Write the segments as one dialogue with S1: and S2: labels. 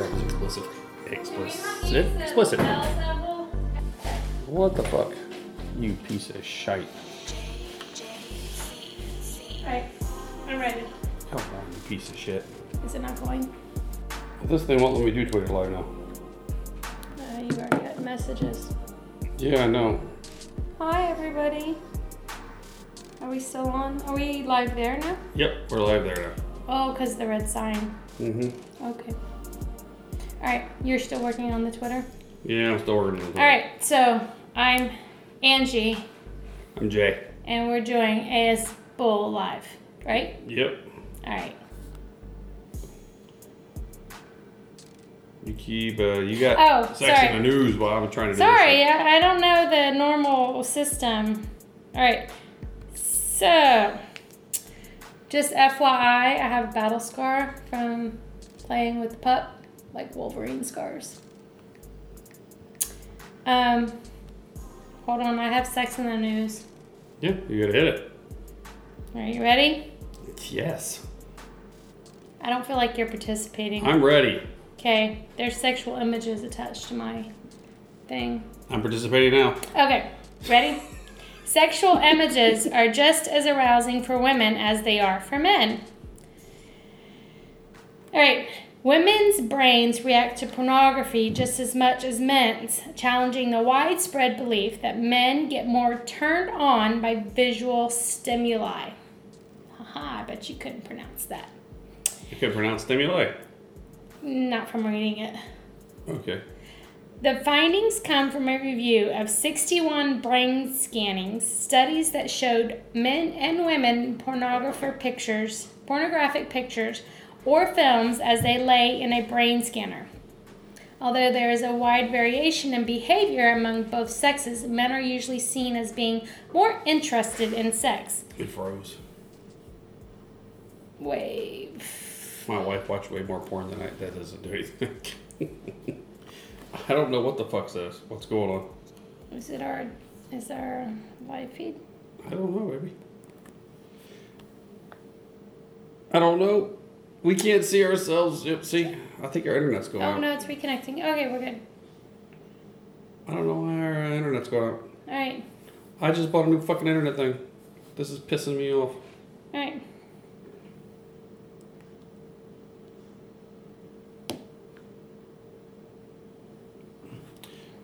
S1: explicit. Explicit? Explicit. What the fuck? You piece of shite.
S2: Right. I'm ready.
S1: Come on, you piece of shit.
S2: Is it not going?
S1: This thing won't let me do Twitter Live now.
S2: Uh, you already got messages.
S1: Yeah, I know.
S2: Hi, everybody. Are we still on? Are we live there now?
S1: Yep, we're live there
S2: Oh, because the red sign.
S1: now. Mm-hmm.
S2: Okay. All right. You're still working on the Twitter?
S1: Yeah, I'm still working. on it.
S2: All right. So I'm Angie,
S1: I'm Jay.
S2: and we're doing AS Bowl Live, right?
S1: Yep.
S2: All right.
S1: You keep, uh, you got
S2: Oh,
S1: sex
S2: sorry.
S1: in the news while I'm trying to do
S2: Sorry, I I don't know the normal system. All right. So, just FYI, I have a battle scar from playing with the pup, like Wolverine scars. Um, hold on, I have sex in the news.
S1: this. Yeah, you gotta hit it.
S2: Are you ready?
S1: Yes.
S2: I don't feel like you're participating.
S1: I'm ready.
S2: Okay, there's sexual images attached to my thing.
S1: I'm participating now.
S2: Okay, ready? Sexual images are just as arousing for women as they are for men. All right, women's brains react to pornography just as much as men's, challenging the widespread belief that men get more turned on by visual stimuli. Haha, I bet you couldn't pronounce that.
S1: You can pronounce stimuli.
S2: Not from reading it.
S1: Okay.
S2: The findings come from a review of 61 brain scannings, studies that showed men and women pornographer pictures, pornographic pictures, or films as they lay in a brain scanner. Although there is a wide variation in behavior among both sexes, men are usually seen as being more interested in sex.
S1: It froze.
S2: Wave.
S1: My wife watched way more porn than I. That doesn't do anything. I don't know what the fuck's this. What's going on?
S2: Is it our is our live feed?
S1: I don't know, baby. I don't know. We can't see ourselves. Yep, see, I think our internet's going
S2: Oh
S1: out.
S2: no, it's reconnecting. Okay, we're good.
S1: I don't know why our internet's going out.
S2: All right.
S1: I just bought a new fucking internet thing. This is pissing me off.
S2: All right.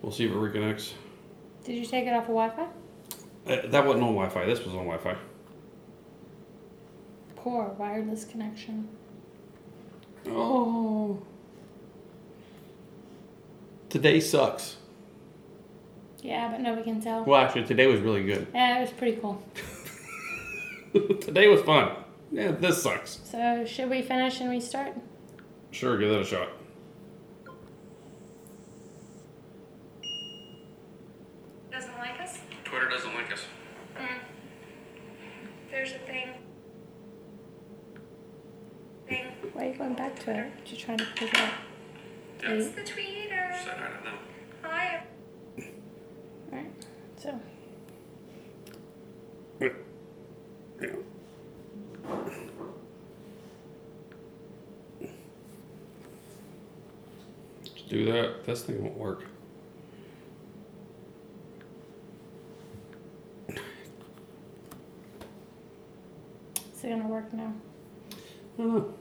S1: We'll see if it reconnects.
S2: Did you take it off of Wi-Fi?
S1: Uh, that wasn't on Wi-Fi. This was on Wi-Fi.
S2: Poor wireless connection.
S1: Oh. Today sucks.
S2: Yeah, but nobody can tell.
S1: Well, actually, today was really good.
S2: Yeah, it was pretty cool.
S1: Today was fun. Yeah, this sucks.
S2: So should we finish and restart?
S1: Sure, give that a shot.
S2: Doesn't like us.
S1: Twitter doesn't like us.
S2: There's a thing. Thing. Why are you going back to it? You're trying to figure out. It's
S3: the tweeter. Hi.
S2: All right. So.
S1: Just do that. This thing won't work.
S2: Is it gonna work now?
S1: I don't know.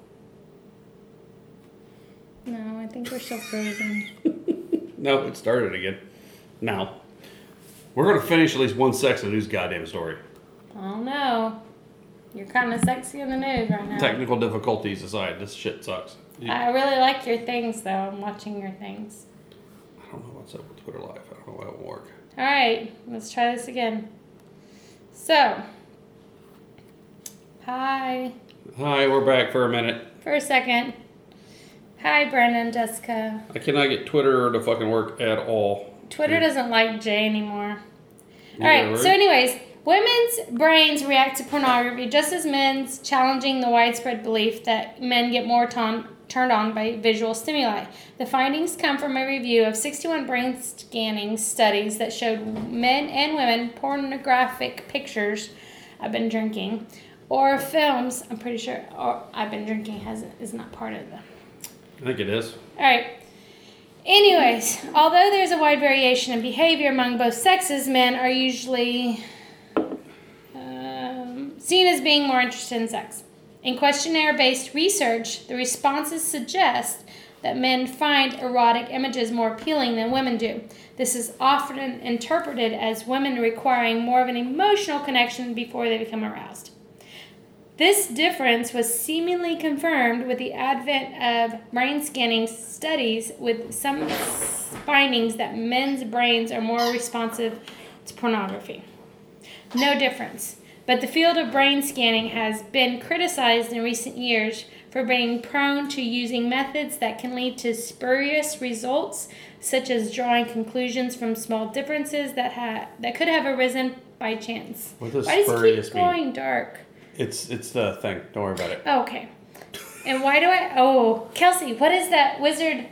S2: No, I think we're still frozen.
S1: No, it started again. Now, we're gonna finish at least one sex of the news goddamn story.
S2: I don't know. You're kind of sexy in the news right now.
S1: Technical difficulties aside, this shit sucks. You-
S2: I really like your things though. I'm watching your things.
S1: I don't know what's up with Twitter Live. I don't know why it won't work.
S2: All right, let's try this again. So, hi.
S1: Hi, we're back for a minute.
S2: For a second. Hi, Brennan, Jessica.
S1: I cannot get Twitter to fucking work at all.
S2: Twitter doesn't like Jay anymore.
S1: You
S2: All right,
S1: know,
S2: so, anyways, women's brains react to pornography just as men's, challenging the widespread belief that men get more ton- turned on by visual stimuli. The findings come from a review of 61 brain scanning studies that showed men and women pornographic pictures. I've been drinking. Or films, I'm pretty sure. Or I've been drinking has is not part of them.
S1: I think it is.
S2: All right. Anyways, although there's a wide variation in behavior among both sexes, men are usually um, seen as being more interested in sex. In questionnaire based research, the responses suggest that men find erotic images more appealing than women do. This is often interpreted as women requiring more of an emotional connection before they become aroused. This difference was seemingly confirmed with the advent of brain scanning studies, with some s- findings that men's brains are more responsive to pornography. No difference. But the field of brain scanning has been criticized in recent years for being prone to using methods that can lead to spurious results, such as drawing conclusions from small differences that ha- that could have arisen by chance.
S1: What does
S2: Why does it
S1: spurious
S2: keep
S1: mean?
S2: going dark?
S1: It's it's the thing. Don't worry about it.
S2: Okay. And why do I? Oh, Kelsey, what is that wizard?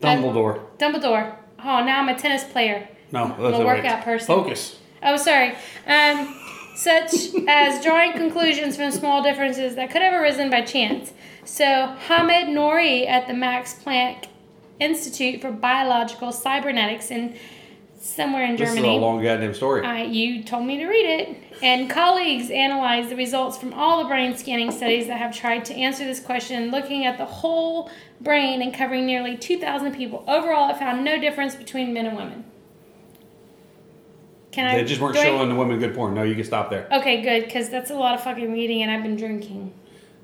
S1: Dumbledore.
S2: Dumbledore. Oh, now I'm a tennis player.
S1: No,
S2: I'm
S1: that's
S2: a
S1: not right.
S2: workout person.
S1: Focus.
S2: Oh, sorry. Um, such as drawing conclusions from small differences that could have arisen by chance. So, Hamid Nouri at the Max Planck Institute for Biological Cybernetics in somewhere in
S1: This is a
S2: Germany. Uh,
S1: long goddamn story.
S2: I, you told me to read it. And colleagues analyzed the results from all the brain scanning studies that have tried to answer this question, looking at the whole brain and covering nearly 2,000 people. Overall, it found no difference between men and women. Can I?
S1: they just weren't
S2: do I-
S1: showing the women good porn. No, you can stop there.
S2: okay, good, because that's a lot of fucking reading, and I've been drinking.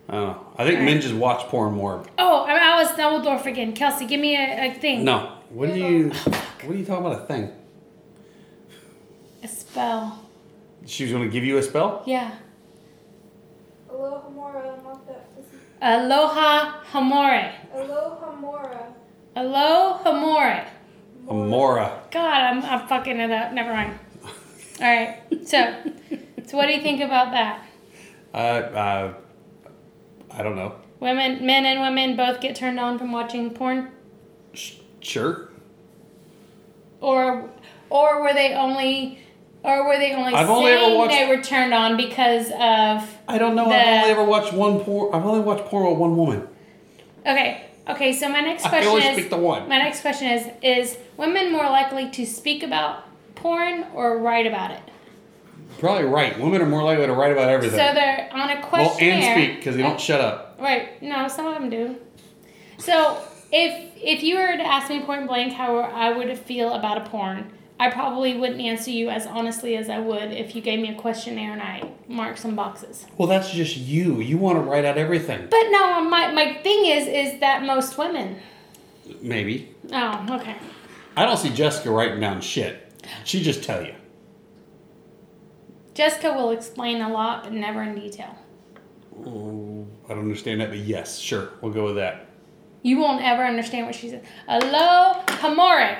S1: I don't know. I think
S2: All right.
S1: men just watch porn more.
S2: Oh, I'm Alice Dumbledore again. Kelsey, give me a, a thing.
S1: No. What do you?
S2: Oh,
S1: What are you talking about? A thing?
S2: A spell.
S1: She was gonna give you a spell.
S2: Yeah.
S4: Aloha Mora, not that fizzy.
S2: Aloha Hamore.
S4: Aloha Mora.
S2: Aloha Hamore.
S1: Amora.
S2: God, I'm, I'm fucking it up. Never mind. All right. So, so what do you think about that?
S1: Uh, uh, I don't know.
S2: Women, men, and women both get turned on from watching porn,
S1: Sh- sure.
S2: or or were they only, or were they only
S1: I've
S2: saying
S1: only ever watched-
S2: they were turned on because of?
S1: I don't know.
S2: The-
S1: I've only ever watched one porn. I've only watched porn with one woman.
S2: Okay. Okay. So my next
S1: I can only
S2: question
S1: speak
S2: is,
S1: to one.
S2: my next question is, is women more likely to speak about porn or write about it?
S1: Probably right. Women are more likely to write about everything.
S2: So they're on a
S1: well,
S2: questionnaire.
S1: and speak because they don't shut up.
S2: Right. No, some of them do. So if if you were to ask me point blank how I would feel about a porn, I probably wouldn't answer you as honestly as I would if you gave me a questionnaire and I marked some boxes.
S1: Well, that's just you. You want to write out everything.
S2: But no, um, my my thing is is that most women.
S1: Maybe.
S2: Oh, okay.
S1: I don't see Jessica writing down shit. She just tell you.
S2: Jessica will explain a lot, but never in detail.
S1: Oh, I don't understand that, but yes, sure, we'll go with that.
S2: You won't ever understand what she says. Hello, Hamore.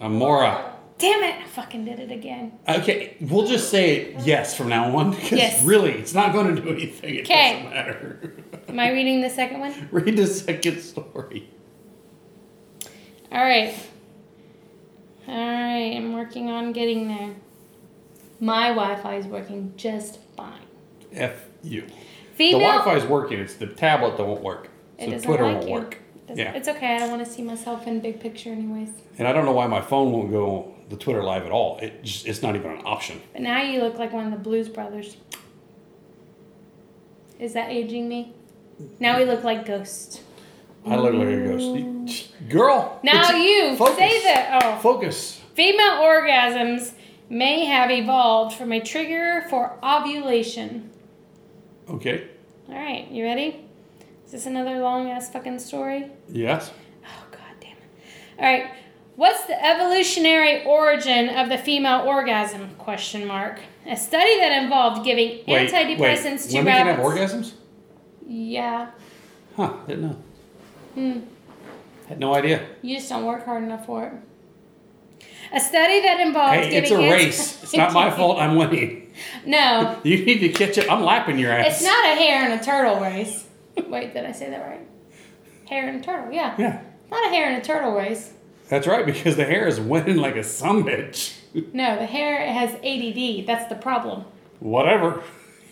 S1: Uh, Amora.
S2: Damn it! I fucking did it again.
S1: Okay, we'll just say yes from now on because
S2: Yes.
S1: really, it's not going to do anything. It
S2: Okay.
S1: doesn't matter.
S2: Am I reading the second one?
S1: Read the second story.
S2: All right. All right, I'm working on getting there. My Wi Fi is working just fine.
S1: F you. The
S2: Female.
S1: Wi Fi is working. It's the tablet that won't work.
S2: It
S1: So
S2: doesn't
S1: Twitter
S2: like
S1: won't
S2: you.
S1: work.
S2: Doesn't-
S1: Yeah.
S2: It's okay. I don't want to see myself in big picture, anyways.
S1: And I don't know why my phone won't go on the Twitter live at all. It just, it's not even an option.
S2: But now you look like one of the Blues Brothers. Is that aging me? Now we look like ghosts.
S1: I look like a ghost. Girl.
S2: Mm. Now
S1: it's-
S2: you
S1: focus.
S2: say that. Oh,
S1: Focus.
S2: Female orgasms may have evolved from a trigger for ovulation.
S1: Okay.
S2: All right, you ready? Is this another long ass fucking story?
S1: Yes.
S2: Oh god damn it. All right. What's the evolutionary origin of the female orgasm? Question mark. A study that involved giving
S1: Wait, wait,
S2: antidepressants to
S1: women can have
S2: rabbits.
S1: orgasms?
S2: yeah.
S1: Huh, didn't know.
S2: Hmm.
S1: Had no idea.
S2: You just don't work hard enough for it. A study that involved
S1: hey, it's a
S2: giving anti-
S1: race. It's not my fault I'm winning.
S2: no.
S1: You need to catch up. I'm lapping your ass.
S2: It's not a hare and a turtle race. Wait, did I say that right? Hare and turtle, yeah.
S1: Yeah,
S2: Not a hare and a turtle race.
S1: that's right, because the hair is winning like a sumbitch.
S2: No, the hare has ADD. That's the problem.
S1: Whatever.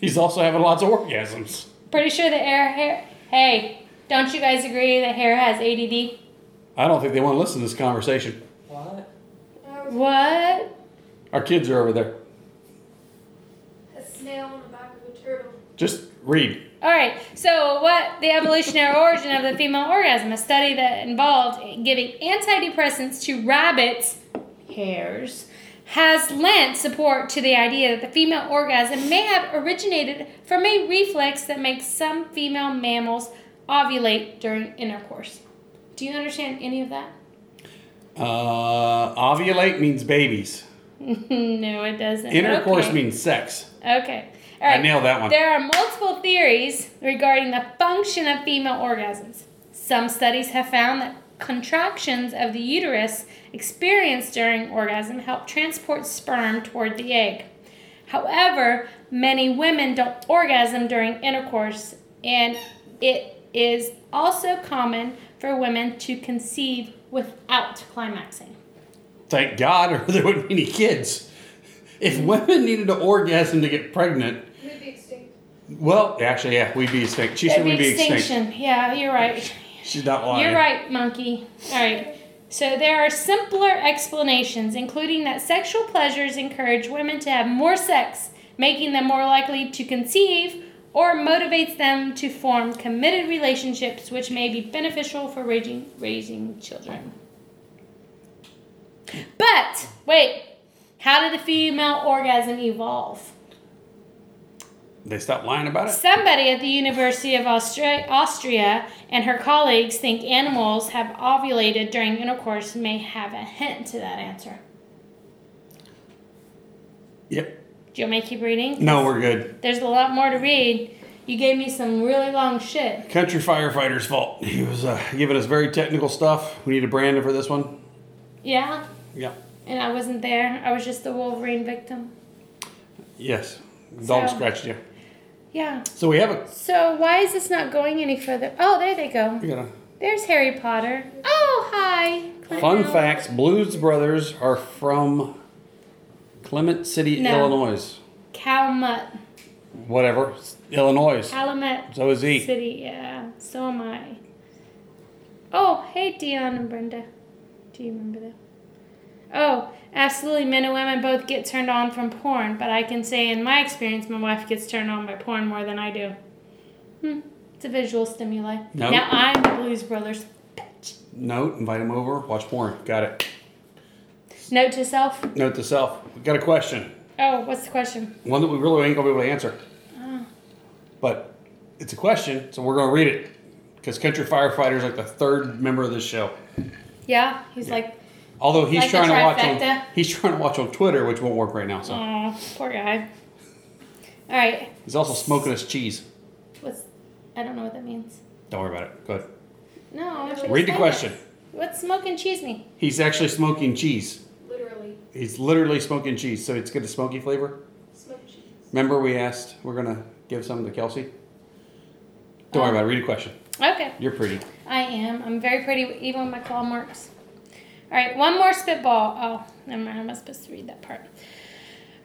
S1: He's also having lots of orgasms.
S2: Pretty sure the air hair. Hey, don't you guys agree that hair has ADD?
S1: I don't think they want to listen to this conversation.
S5: What?
S4: There was
S2: What?
S1: Our kids are over there.
S4: a snail on the back of a turtle.
S1: Just read.
S2: All right. So, what the evolutionary origin of the female orgasm? A study that involved giving antidepressants to rabbits' hairs has lent support to the idea that the female orgasm may have originated from a reflex that makes some female mammals ovulate during intercourse. Do you understand any of that?
S1: Uh, ovulate means babies.
S2: no, it doesn't.
S1: Intercourse
S2: Okay.
S1: means sex.
S2: Okay. All right.
S1: I nailed that one.
S2: There are multiple theories regarding the function of female orgasms. Some studies have found that contractions of the uterus experienced during orgasm help transport sperm toward the egg. However, many women don't orgasm during intercourse, and it is also common for women to conceive without climaxing.
S1: Thank God, or there wouldn't be any kids. If women needed to orgasm to get pregnant,
S4: We'd be extinct.
S1: well, actually, yeah, we'd be extinct. She said
S2: That'd
S1: we'd
S2: be
S1: be extinct.
S2: Yeah, you're right.
S1: She's not lying.
S2: You're right, monkey. All right. So there are simpler explanations, including that sexual pleasures encourage women to have more sex, making them more likely to conceive or motivates them to form committed relationships which may be beneficial for raising, raising children. But wait, how did the female orgasm evolve?
S1: They stopped lying about it.
S2: Somebody at the University of Austra- Austria and her colleagues think animals have ovulated during intercourse may have a hint to that answer.
S1: Yep.
S2: Do you want me to keep reading?
S1: No, we're good.
S2: There's a lot more to read. You gave me some really long shit.
S1: Country firefighter's fault. He was uh, giving us very technical stuff. We need a Brandon for this one.
S2: Yeah?
S1: Yeah.
S2: And I wasn't there. I was just the Wolverine victim.
S1: Yes. Dog
S2: So-
S1: scratched you.
S2: Yeah.
S1: So we have a.
S2: So why is this not going any further? Oh, there they go.
S1: We got
S2: There's Harry Potter. Oh, hi.
S1: a
S2: Clem.
S1: fun facts. Blues Brothers are from Clement City,
S2: No.
S1: Illinois.
S2: Calmut.
S1: Whatever. Illinois.
S2: Calumet.
S1: So is he.
S2: City, yeah. So am I. Oh, hey, Dion and Brenda. Do you remember that? Oh, absolutely. Men and women both get turned on from porn, but I can say in my experience, my wife gets turned on by porn more than I do. Hmm. It's a visual stimuli.
S1: No.
S2: Now I'm the Blues Brothers. bitch.
S1: Note, invite him over, watch porn. Got it.
S2: Note to self.
S1: Note to self. We got a question.
S2: Oh, what's the question?
S1: One that we really ain't gonna be able to answer.
S2: Ah.
S1: But it's a question, so we're gonna read it. Because Country Firefighter is like the third member of this show.
S2: Yeah, he's like,
S1: Although he's
S2: Like the
S1: trying to watch on
S2: trifecta.
S1: he's trying to watch on Twitter, which won't work right now, so
S2: oh, poor guy. All right.
S1: he's also smoking us cheese.
S2: What's? I don't know what that means.
S1: Don't worry about it. Go ahead.
S2: No, I want you to
S1: Read the
S2: say it.
S1: question.
S2: What's smoking cheese mean?
S1: He's actually smoking cheese.
S4: Literally.
S1: He's literally smoking cheese, so it's good to smoky flavor.
S4: Smoked cheese.
S1: Remember we asked we're gonna give some to Kelsey? Don't
S2: Oh.
S1: worry about it, read a question.
S2: Okay,
S1: You're pretty.
S2: I am. I'm very pretty, even with my claw marks. All right, one more spitball. Oh, never mind. I'm not supposed to read that part.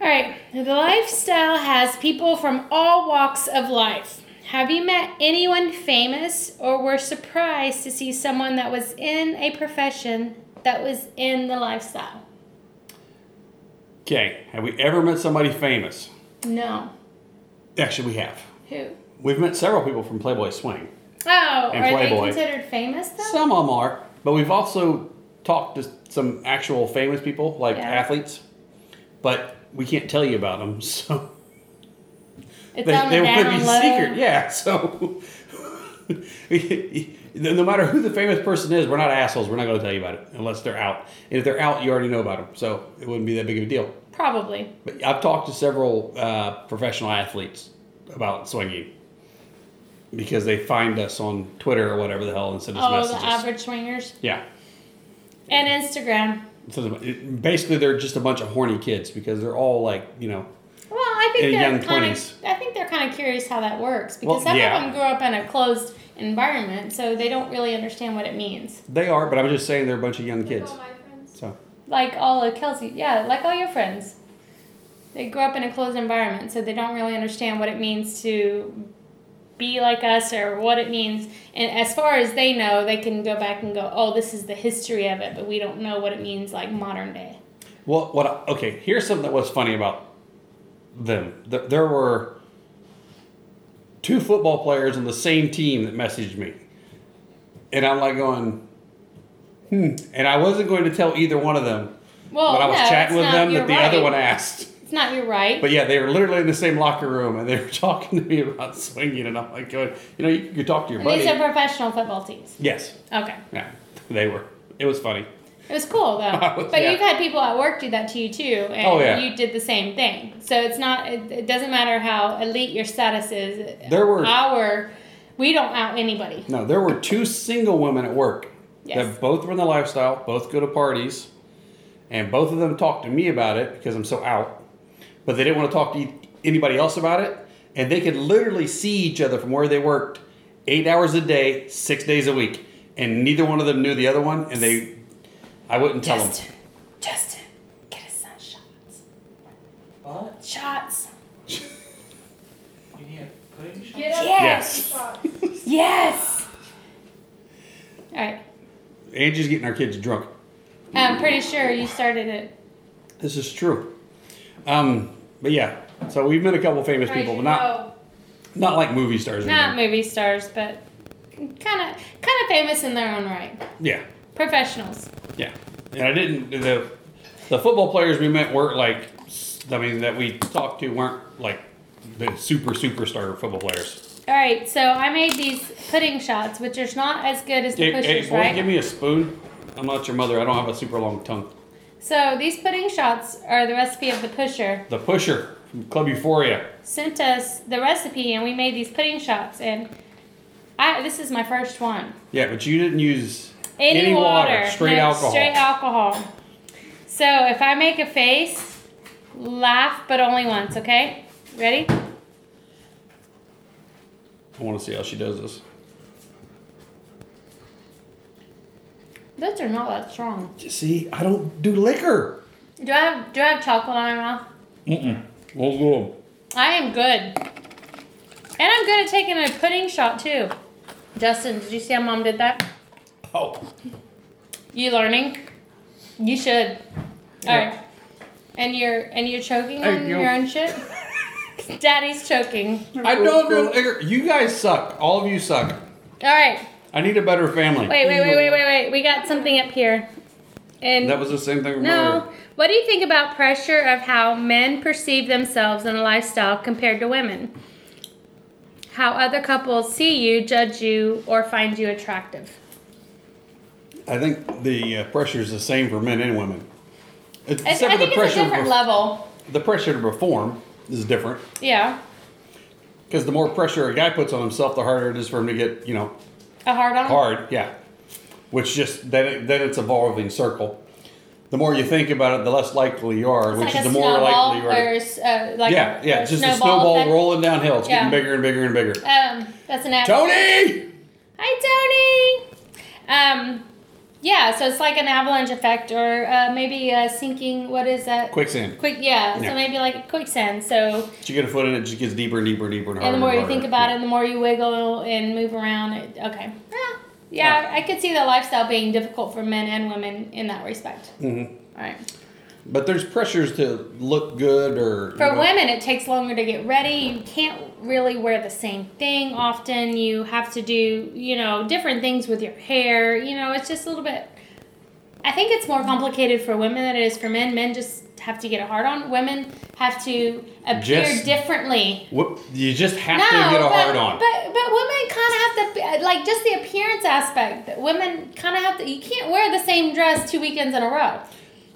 S2: All right, the lifestyle has people from all walks of life. Have you met anyone famous or were surprised to see someone that was in a profession that was in the lifestyle?
S1: Okay, have we ever met somebody famous?
S2: No.
S1: Actually, we have.
S2: Who?
S1: We've met several people from Playboy Swing.
S2: Oh,
S1: And
S2: are
S1: Playboy.
S2: they considered famous though?
S1: Some of them are, but we've also talked to some actual famous people, like
S2: Yeah.
S1: athletes, but we can't tell you about them, so
S2: it's
S1: they,
S2: on the
S1: they want to
S2: down
S1: be
S2: low.
S1: secret. Yeah, so no no matter who the famous person is, we're not assholes. We're not going to tell you about it unless they're out. And if they're out, you already know about them, so it wouldn't be that big of a deal.
S2: Probably.
S1: But I've talked to several uh, professional athletes about swinging because they find us on Twitter or whatever the hell and send us
S2: Oh,
S1: messages.
S2: the average swingers.
S1: yeah.
S2: And Instagram.
S1: So the- it- basically, they're just a bunch of horny kids because they're all like, you know,
S2: Well, I think
S1: In the
S2: they're
S1: young
S2: kind
S1: 20s.
S2: of. I think they're kind of curious how that works because
S1: Well,
S2: some
S1: yeah.
S2: of them grew up in a closed environment, so they don't really understand what it means.
S1: they are, but I'm just saying they're a bunch of young
S4: Like
S1: kids.
S4: all
S2: Oh
S4: my friends.
S1: So
S2: Like all of Kelsey, yeah, like all your friends, they grew up in a closed environment, so they don't really understand what it means to be like us or what it means. And as far as they know, they can go back and go, oh, this is the history of it, but we don't know what it means like modern day.
S1: Well, what? I- Okay, here's something that was funny about them. Th- There were two football players on the same team that messaged me, and I'm like going, hmm. And I wasn't going to tell either one of them,
S2: Well,
S1: but I was
S2: Oh, no,
S1: chatting with
S2: it's not
S1: them
S2: your
S1: that the
S2: right.
S1: other one asked.
S2: It's not your right.
S1: But yeah, they were literally in the same locker room, and they were talking to me about swinging, and I'm like going, you know, you, you talk to your
S2: And these are
S1: buddy.
S2: professional football teams.
S1: Yes,
S2: Okay.
S1: yeah, they were. It was funny.
S2: It was cool though.
S1: was-
S2: but
S1: yeah.
S2: you've had people at work do that to you too, and
S1: Oh, yeah.
S2: you did the same thing. So it's not. It, it doesn't matter how elite your status is.
S1: There were-
S2: our. We don't out anybody.
S1: No, there were two single women at work
S2: Yes.
S1: that both were in the lifestyle, both go to parties, and both of them talked to me about it because I'm so out. But they didn't want to talk to e- anybody else about it, and they could literally see each other from where they worked, eight hours a day, six days a week, and neither one of them knew the other one, and they, I wouldn't tell them.
S2: Justin, Justin, get us some shots.
S5: But
S2: Shots.
S5: you need a pudding shot.
S4: Get up
S1: Yes.
S4: and shots.
S2: Yes. All right.
S1: Angie's getting our kids drunk.
S2: I'm pretty sure you started it.
S1: This is true. Um, but yeah, so we've met a couple famous people, but not
S4: No.
S1: not like movie stars. or
S2: Not
S1: anything.
S2: movie stars, but kind of kind of famous in their own right.
S1: yeah.
S2: Professionals.
S1: Yeah, and I didn't. The the football players we met weren't like. I mean, that we talked to weren't like the super superstar football players.
S2: All right, so I made these pudding shots, which are not as good as the
S1: Hey, hey,
S2: pushers,
S1: boy,
S2: right?
S1: give me a spoon. I'm not your mother. I don't have a super long tongue.
S2: so these pudding shots are the recipe of the pusher.
S1: The pusher from Club Euphoria.
S2: Sent us the recipe, and we made these pudding shots. And I this is my first one.
S1: Yeah, but you didn't use
S2: Any,
S1: straight
S2: no,
S1: alcohol.
S2: Straight alcohol. So if I make a face, laugh, but only once. Okay, ready?
S1: I want to see how she does this.
S2: Those are not that strong.
S1: See, I don't do liquor.
S2: Do I have do I have chocolate on my mouth?
S1: Mm-mm. Well, well,
S2: I am good. And I'm good at taking a pudding shot too. Justin, did you see how mom did that?
S1: Oh,
S2: You learning? You should. Alright. And you're and you're choking
S1: Hey,
S2: on
S1: you-
S2: your own shit? Daddy's choking.
S1: I don't do liquor. You guys suck. All of you suck.
S2: Alright.
S1: I need a better family.
S2: Wait, wait, wait, wait, wait, wait. We got something up here. And
S1: That was the same thing. with murder.
S2: no. What do you think about pressure of how men perceive themselves in a lifestyle compared to women? How other couples see you, judge you, or find you attractive?
S1: I think the uh, pressure is the same for men and women. It's,
S2: I, I
S1: except for
S2: think
S1: the
S2: it's a
S1: pressure,
S2: different
S1: to,
S2: level.
S1: the pressure to perform is different
S2: Yeah,
S1: because the more pressure a guy puts on himself, the harder it is for him to get you know
S2: a hard on.
S1: hard. Yeah, which just then it, then it's a revolving circle. The more you think about it, the less likely you are,
S2: It's
S1: which
S2: like
S1: is
S2: a
S1: the more
S2: snowball
S1: likely you are. to-
S2: versus, uh, like
S1: yeah, yeah, just a snowball
S2: effect.
S1: rolling downhill. It's
S2: Yeah.
S1: getting bigger and bigger and bigger.
S2: Um, that's an average.
S1: Tony,
S2: Hi, Tony. Um, yeah, so it's like an avalanche effect, or uh, maybe a sinking. What is that?
S1: quicksand.
S2: Quick, yeah,
S1: Yeah.
S2: So maybe like a quicksand. So,
S1: You get a foot in it, it just gets deeper and deeper and deeper and harder.
S2: and the more you
S1: harder.
S2: think about
S1: Yeah.
S2: it, and the more you wiggle and move around. It, okay. Yeah. Yeah, I could see the lifestyle being difficult for men and women in that respect.
S1: Mhm.
S2: All right.
S1: But there's pressures to look good or you
S2: For
S1: know,
S2: women, it takes longer to get ready. You can't really wear the same thing often. You have to do, you know, different things with your hair. You know, it's just a little bit. I think it's more complicated for women than it is for men. Men just have to get a hard on. Women have to appear
S1: Just
S2: differently.
S1: Whoop, you just have
S2: no,
S1: to get a
S2: but,
S1: hard on.
S2: but but women kind of have to be- like just the appearance aspect. that Women kind of have to. You can't wear the same dress two weekends in a row.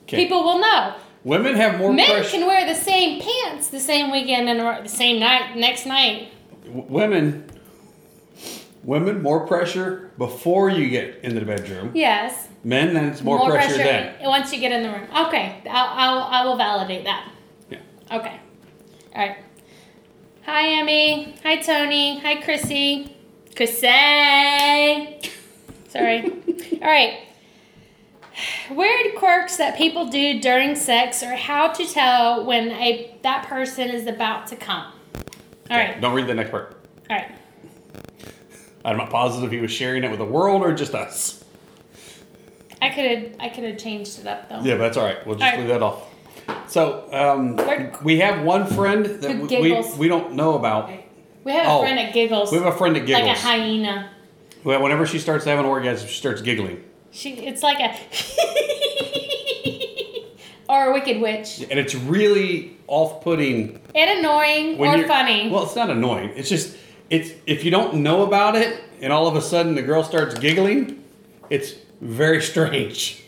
S1: 'Kay.
S2: People will know.
S1: Women have more
S2: Men
S1: pressure.
S2: can wear the same pants the same weekend and the same night, next night.
S1: w- women, women more pressure before you get into the bedroom.
S2: Yes.
S1: Men, then it's more, pressure, then.
S2: once you get in the room. Okay, I'll, I'll, I will validate that.
S1: Yeah.
S2: Okay. All right. Hi, Emmy. Hi, Tony. Hi, Chrissy. Chrissy. Sorry. All right. Weird quirks that people do during sex, or how to tell when a that person is about to come. All right.
S1: Don't read the next part.
S2: All right.
S1: I'm not positive he was sharing it with the world or just us.
S2: I could have I could have changed it up though.
S1: Yeah, but that's all right. We'll just
S2: All right.
S1: leave that off. So um,
S2: We're-
S1: we have one friend that
S2: Who
S1: we, we
S2: giggles.
S1: we don't know about.
S2: We have a
S1: Oh.
S2: friend that giggles,
S1: We have a friend that giggles.
S2: like a hyena.
S1: Well, whenever she starts having orgasms, she starts giggling,
S2: She it's like a or a wicked witch.
S1: and it's really off-putting.
S2: And annoying
S1: When
S2: or
S1: you're-
S2: funny.
S1: Well, it's not annoying. It's just it's if you don't know about it, and all of a sudden the girl starts giggling, it's very strange.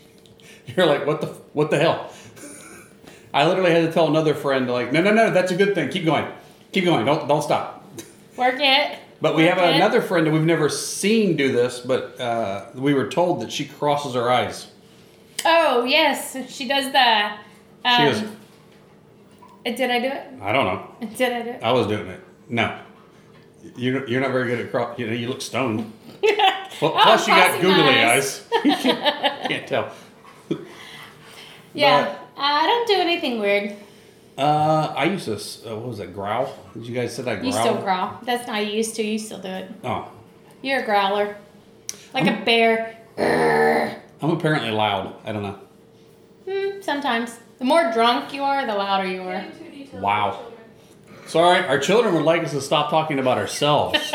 S1: You're like, what the what the hell? I literally had to tell another friend, like, no, no, no, that's a good thing. Keep going, keep going. Don't don't stop.
S2: Work it.
S1: But we
S2: Work
S1: have
S2: it.
S1: another friend that we've never seen do this, but uh, we were told that she crosses her eyes.
S2: Oh yes, she does the. Um,
S1: She goes,
S2: Did I do it?
S1: I don't know.
S2: Did I do it?
S1: I was doing it. No, you're you're not very good at cross. You know, you look stoned. Uh, Well,
S2: Oh,
S1: plus you got
S2: crossing
S1: googly
S2: my
S1: eyes. you can't, can't tell.
S2: Yeah, Uh, I don't do anything weird.
S1: Uh, I used to. s- Uh, what was that? Growl? Did you guys say that growl?
S2: You still growl. That's not you used to. You still do it.
S1: Oh,
S2: You're a growler, like a bear.
S1: I'm apparently loud. I don't know.
S2: Hmm, sometimes, the more drunk you are, the louder you are.
S4: Getting too detailed
S1: Wow.
S4: for children.
S1: Sorry, our children would like us to stop talking about ourselves.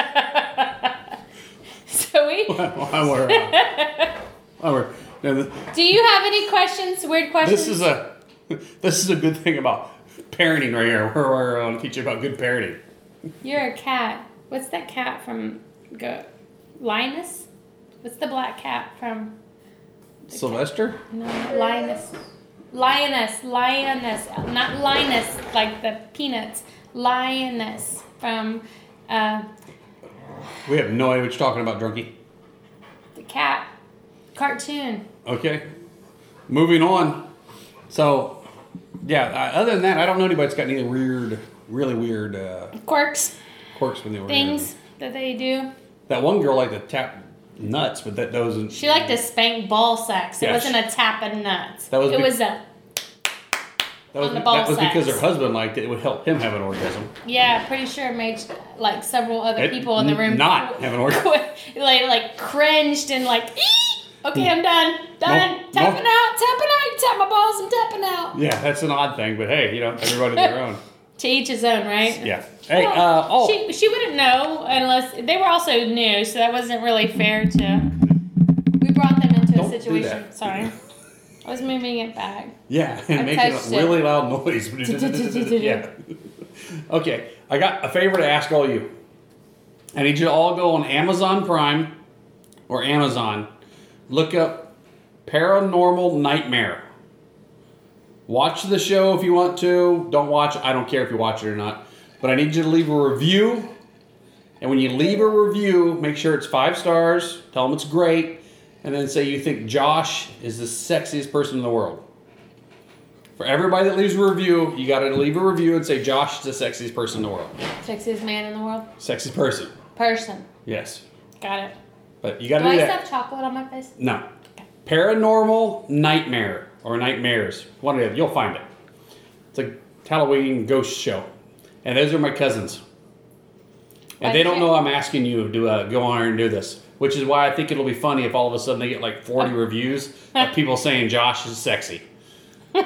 S2: So we.
S1: I were, I were, no, th-
S2: Do you have any questions? Weird questions.
S1: this is a this is a good thing about parenting right here. We're, we're going to teach you about good parenting.
S2: You're a cat. What's that cat from? Go, Linus. What's the black cat from?
S1: Sylvester,
S2: No, not lioness. Lioness, lioness, not lioness like the peanuts. Lioness from uh,
S1: we have no idea what you're talking about, drunkie.
S2: the cat cartoon.
S1: Okay. Moving on. So, yeah, I, other than that, I don't know anybody that's got any weird, really weird uh,
S2: Quirks,
S1: quirks when they were
S2: things
S1: younger.
S2: that they do.
S1: That one girl liked to tap nuts, but that doesn't.
S2: She liked to spank ball sacks. It
S1: Yeah,
S2: wasn't a tap of nuts.
S1: That was
S2: it
S1: be-
S2: was a
S1: that was,
S2: on the ball
S1: that was because
S2: sacks.
S1: her husband liked it. It would help him have an orgasm.
S2: yeah. Pretty sure it made like several other
S1: It-
S2: people in the room
S1: not have an orgasm.
S2: like like cringed and like. "Ee! Okay, I'm done. Done.
S1: Nope,
S2: Tapping
S1: nope.
S2: out. Tapping out. You tap my balls. I'm tapping out.
S1: Yeah, that's an odd thing, but hey, you know, everybody their own.
S2: To each his own, right?
S1: Yeah. Hey,
S2: Well,
S1: uh, oh,
S2: She, she wouldn't know unless they were also new, so that wasn't really fair to. We brought them into
S1: Don't
S2: a
S1: do
S2: situation.
S1: that.
S2: Sorry. I was moving it back.
S1: yeah, and
S2: I
S1: making
S2: touched
S1: a
S2: it.
S1: really loud noise. yeah. Okay, I got a favor to ask all you. I need you to all go on Amazon Prime or Amazon, look up Paranormal Nightmare. Watch the show if you want to. Don't watch. I don't care if you watch it or not. But I need you to leave a review. And when you leave a review, make sure it's five stars. Tell them it's great. And then say you think Josh is the sexiest person in the world. For everybody that leaves a review, you got to leave a review and say Josh is the sexiest person in the world.
S2: Sexiest man in the world.
S1: Sexiest person.
S2: Person.
S1: Yes.
S2: Got it.
S1: But you got
S2: Do
S1: to do
S2: I
S1: that.
S2: still have chocolate on my face?
S1: No. Paranormal Nightmare or Nightmares. One of the other. You'll find it. It's a Halloween ghost show. And those are my cousins. And
S2: Why
S1: they don't
S2: can't-
S1: know I'm asking you to uh, go on here and do this, which is why I think it'll be funny if all of a sudden they get like 40 reviews of people saying Josh is sexy. I'm,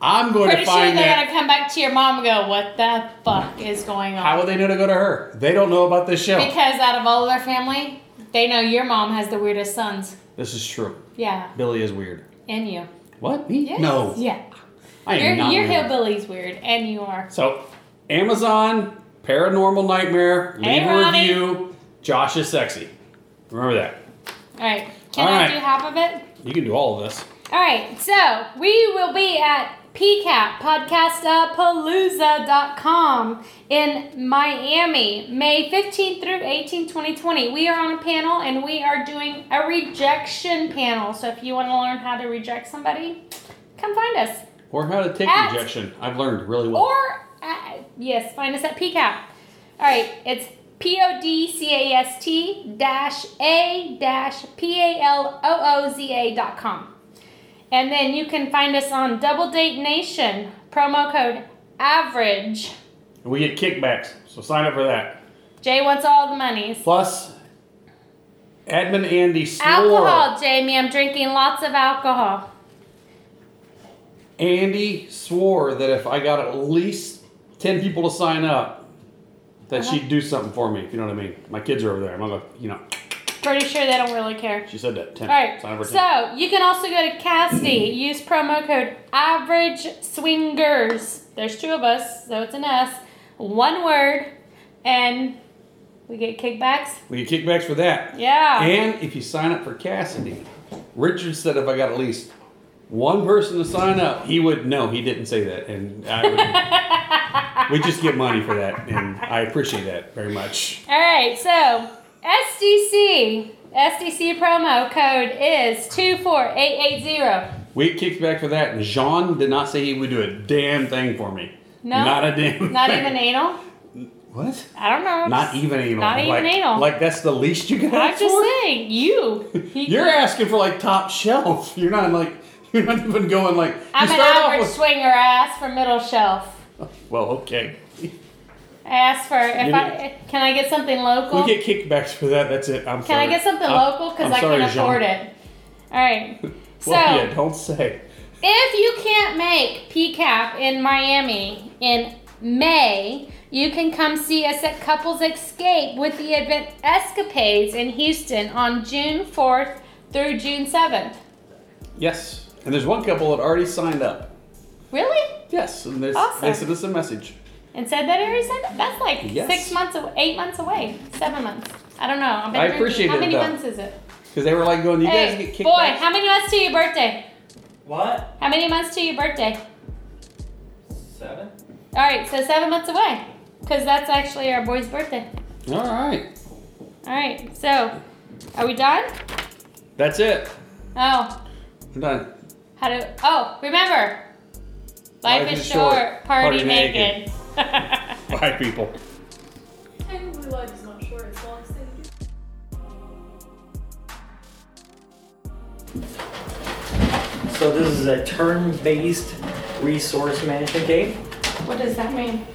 S1: I'm going
S2: Pretty
S1: to
S2: sure they're
S1: find that.
S2: gonna come back to your mom and go, "What the fuck is going on?"
S1: How would they know to go to her? They don't know about this show.
S2: because out of all of our family, they know your mom has the weirdest sons.
S1: this is true.
S2: Yeah,
S1: Billy is weird.
S2: and you.
S1: What? Me? No.
S2: Yeah.
S1: I am
S2: Your,
S1: not
S2: your
S1: weird.
S2: hillbilly's weird, and you are.
S1: So, Amazon, Paranormal Nightmare, leave
S2: Hey,
S1: a
S2: Ronnie.
S1: review. Josh is sexy. Remember that.
S2: All right. Can
S1: All
S2: I
S1: right.
S2: do half of it?
S1: You can do all of this.
S2: All right. So we will be at PCAP, podcastapalooza.com in Miami, May 15th through 18th, 2020. We are on a panel and we are doing a rejection panel. So if you want to learn how to reject somebody, come find us.
S1: Or how to take
S2: At-
S1: rejection. I've learned really well.
S2: Or, uh, yes, find us at PCAP. All right, it's P O D C A S T dash A dash P A L O O Z A dot com. And then you can find us on Double Date Nation, promo code AVERAGE.
S1: we get kickbacks, so sign up for that.
S2: Jay wants all the monies.
S1: Plus, admin Andy swore.
S2: Alcohol, Jamie. I'm drinking lots of alcohol.
S1: Andy swore that if I got at least 10 people to sign up, that
S2: Uh-huh.
S1: she'd do something for me, if you know what I mean. My kids are over there. I'm going to, you know,
S2: Pretty sure they don't really care.
S1: she said that. 10.
S2: All right.
S1: Sign up for 10.
S2: So you can also go to Casty. Use promo code Average Swingers. There's two of us, so it's an S. One word, and we get kickbacks.
S1: we get kickbacks for that.
S2: Yeah.
S1: And if you sign up for Cassidy, Richard said if I got at least one person to sign up, he would. No, he didn't say that. And I would. we just get money for that. And I appreciate that very much.
S2: All right, so SDC SDC promo code is two four eight eight zero.
S1: We get kicked back for that. And Jean did not say he would do a damn thing for me.
S2: No.
S1: Not a damn
S2: Not
S1: thing.
S2: even anal.
S1: What?
S2: I don't know.
S1: Not even anal.
S2: Not even
S1: like,
S2: anal.
S1: Like that's the least you can
S2: I'm
S1: ask
S2: just
S1: for?
S2: saying, you. He-
S1: You're asking for like top shelf. You're not like you're not even going like you
S2: I'm an
S1: start off
S2: average
S1: with-
S2: swinger. I asked for middle shelf.
S1: Well, okay.
S2: I asked for if
S1: You
S2: I can I get something local.
S1: We get kickbacks for that. That's it. I'm
S2: can
S1: sorry.
S2: I get something
S1: I'm-
S2: local because
S1: I'm
S2: I
S1: sorry,
S2: can't
S1: Jean.
S2: afford it. All right. So
S1: Well, yeah, don't say.
S2: If you can't make PCAP in Miami in May, you can come see us at Couples Escape with the event Escapades in Houston on June 4th through June 7th.
S1: Yes. And there's one couple that already signed up.
S2: Really?
S1: Yes, and there's, they
S2: Awesome.
S1: sent us a message.
S2: And said that every Sunday? That's like
S1: Yes.
S2: six months, aw- eight months away, seven months. I don't know. I've been
S1: I
S2: drinking-
S1: appreciate
S2: How
S1: it,
S2: many
S1: though.
S2: months is it?
S1: Because they were like going, you
S2: hey,
S1: guys get kicked
S2: boy,
S1: back.
S2: how many months to your birthday?
S5: What?
S2: How many months to your birthday?
S5: Seven?
S2: All right, so seven months away, because that's actually our boy's birthday.
S1: All right.
S2: All right, so are we done?
S1: That's it.
S2: Oh,
S1: I'm done.
S2: how do? Oh, remember, life, is, short, party, naked.
S1: Bye, people.
S4: Technically, life is not short. It's long. so you do
S6: So this is a turn-based resource management game.
S2: what does that mean?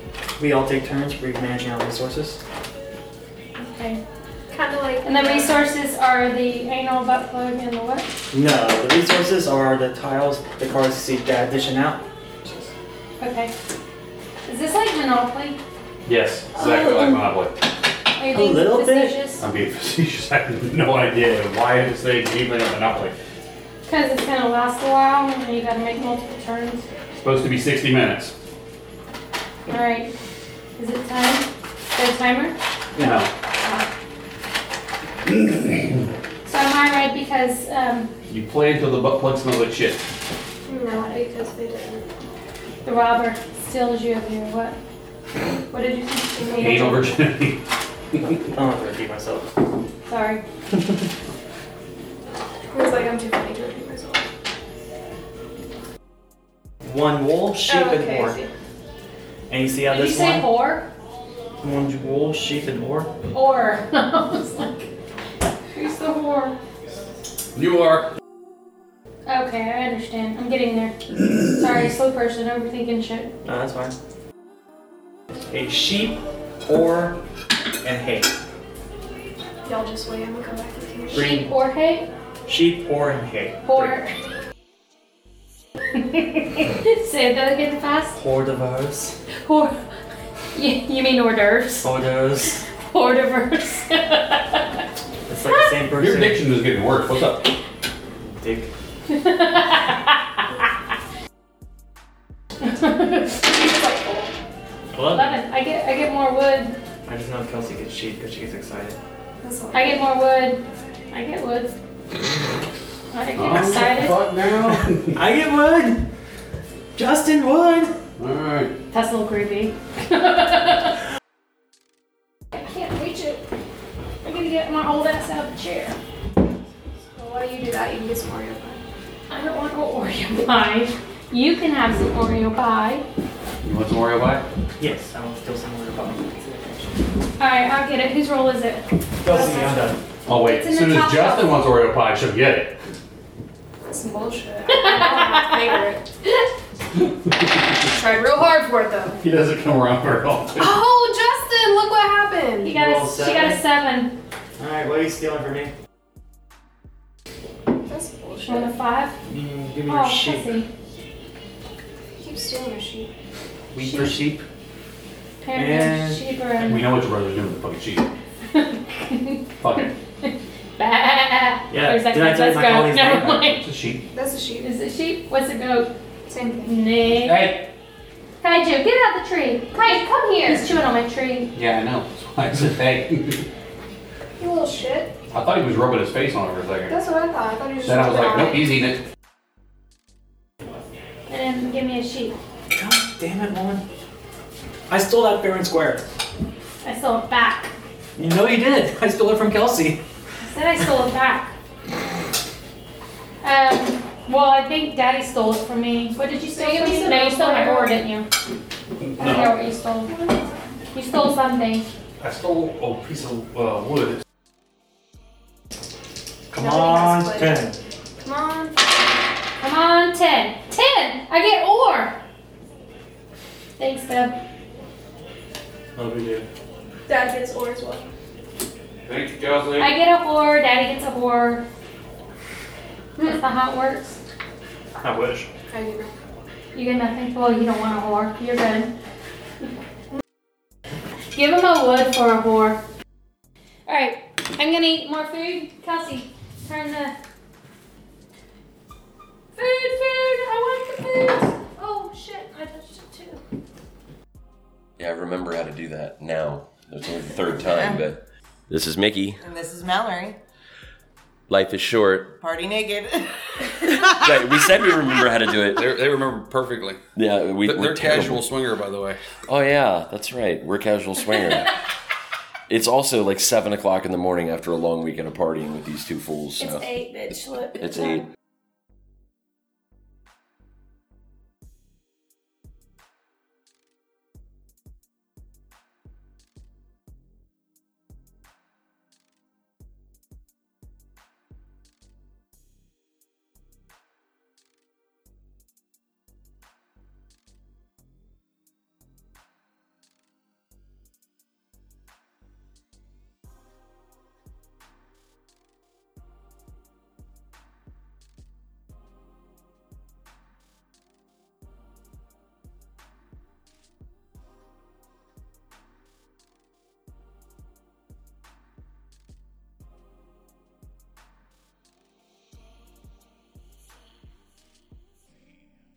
S6: We all take turns for managing our resources.
S2: Okay.
S4: Kind of like.
S2: And the resources are the anal butt plug and the what?
S6: No, the resources are the tiles, the cards you see that addition out.
S2: Okay. Is this like Monopoly?
S1: Yes, exactly like Monopoly.
S2: Are you
S6: A
S2: being
S6: little bit.
S2: facetious?
S1: I'm being facetious. I have no idea why it's saying even a monopoly.
S2: Because it's gonna last a while, and you gotta make multiple turns.
S1: It's supposed to be 60 minutes.
S2: All right. Is it time? Is there a timer?
S1: No.
S2: So am I right because um,
S1: You play until the butt plug smells like shit.
S4: No, because they didn't.
S2: the robber steals you of your what? What did you say?
S1: Anal virginity.
S6: I don't have to repeat myself.
S2: Sorry.
S4: It's like I'm too funny to repeat myself.
S6: One wolf, sheep,
S4: oh, okay,
S6: and
S4: I see.
S6: boar. And you see how
S2: Did you
S6: this
S2: say
S6: one?
S2: whore?
S6: One wolf, sheep, and boar.
S2: Or. I was like, who's the whore?
S1: You are.
S2: Okay, I understand. I'm getting there. Sorry, slow person, overthinking shit.
S6: No, that's fine. A sheep, boar, and hay.
S4: Y'all just wait. I'm gonna come back with you.
S6: Green.
S2: Sheep or hay?
S6: Sheep, boar, and hay.
S2: Or. Say that again fast.
S6: Hors d'oeuvres.
S2: Or. You, you mean hors d'oeuvres?
S6: Hors d'oeuvres.
S2: Hors d'oeuvres.
S6: It's like the same
S1: Your
S6: person.
S1: addiction is getting worse. What's up?
S6: Dick. Hello?
S2: Eleven. I get I get more wood.
S6: I just know Kelsey gets sheep because she gets excited.
S4: That's all.
S2: I get more wood. I get wood. I get
S1: Oh.
S2: excited.
S1: Fuck now.
S6: I get wood! Justin Wood!
S1: Alright.
S2: That's a little creepy. I
S4: can't reach it.
S2: gotta get my old ass out of the chair.
S4: Well, why do you do that? You can get some Oreo pie.
S2: I don't want no Oreo pie. You can have some Oreo pie.
S1: You want some Oreo pie?
S6: Yes, I want to steal some of the bottom.
S2: Alright, I'll get it. Whose roll is it?
S6: Kelsey, I'm done.
S1: Oh wait,
S2: It's in
S1: as
S2: the
S1: soon
S2: top
S1: as Justin
S2: shelf.
S1: wants Oreo pie, she'll get it.
S4: Some bullshit. I don't Tried real hard for it though.
S1: He doesn't come around very often.
S4: Oh, Justin, look what happened.
S2: She got,
S6: rolled
S2: a, she got a seven
S6: All right, what are you stealing from me?
S4: That's bullshit.
S2: from the five.
S6: Mm, give me your
S2: Oh,
S6: sheep.
S2: pussy.
S4: Keep stealing her sheep.
S6: Wheat for sheep.
S2: Apparently
S6: And-
S2: sheep are in-
S1: We know what your brother's doing with the fucking sheep. Fuck it.
S2: Bah.
S6: Yeah,
S2: For a second,
S6: did I tell
S2: let's
S6: you
S2: go.
S6: Macaulay's
S2: Never
S6: name?
S2: mind.
S1: It's a sheep.
S4: That's a sheep.
S2: Is it sheep? What's a goat?
S4: Same thing.
S2: Nay.
S1: Hey!
S2: Kaiju, get out of the tree. Kaiju, come here. He's chewing on my tree.
S1: Yeah, I know. That's why I said hey.
S4: You little shit.
S1: I thought he was rubbing his face on it for a second.
S4: That's what I thought. I thought you were just
S1: Then I was like,
S4: lying.
S1: nope, he's eating it.
S2: And then give me a sheep.
S6: God damn it, woman. I stole that fair and square.
S2: I stole it back.
S6: You know you did. I stole it from Kelsey.
S2: I said I stole it back. Um. Well, I think Daddy stole it from me. What did you steal
S4: you
S2: from me?
S4: stole
S2: No, you stole my
S4: my
S2: board,
S4: board.
S2: didn't you? I don't know what you stole. You stole something.
S1: I stole a piece of uh, wood.
S6: Come
S4: Nothing
S6: on,
S4: has split.
S6: ten.
S2: Come on. Come on, ten. Ten! I get ore! Thanks, Deb.
S6: Love you, dude.
S4: Dad gets ore as well.
S1: Thank you, Jocelyn.
S2: I get a whore, daddy gets a whore. That's not how it works.
S6: I wish.
S4: I do.
S2: You get nothing. Well, you don't want a whore. You're good. Give him a wood for a whore. Alright, I'm gonna eat more food. Kelsey, turn the. Food, food! I want the food! Oh shit, I touched it too.
S7: Yeah, I remember how to do that now. That's only the third time, but this is Mickey.
S8: And this is Mallory.
S7: Life is short.
S8: Party naked.
S7: Right, we said we remember how to do it.
S9: They remember perfectly.
S7: Yeah, we,
S9: They're,
S7: we're
S9: they're
S7: terrible.
S9: casual swinger, by the way.
S7: Oh yeah, that's right. We're casual swinger. it's also
S1: Oh.
S7: like seven o'clock in the morning after a long weekend of partying with these two fools. So
S4: It's eight, bitch. Look.
S7: it's eight.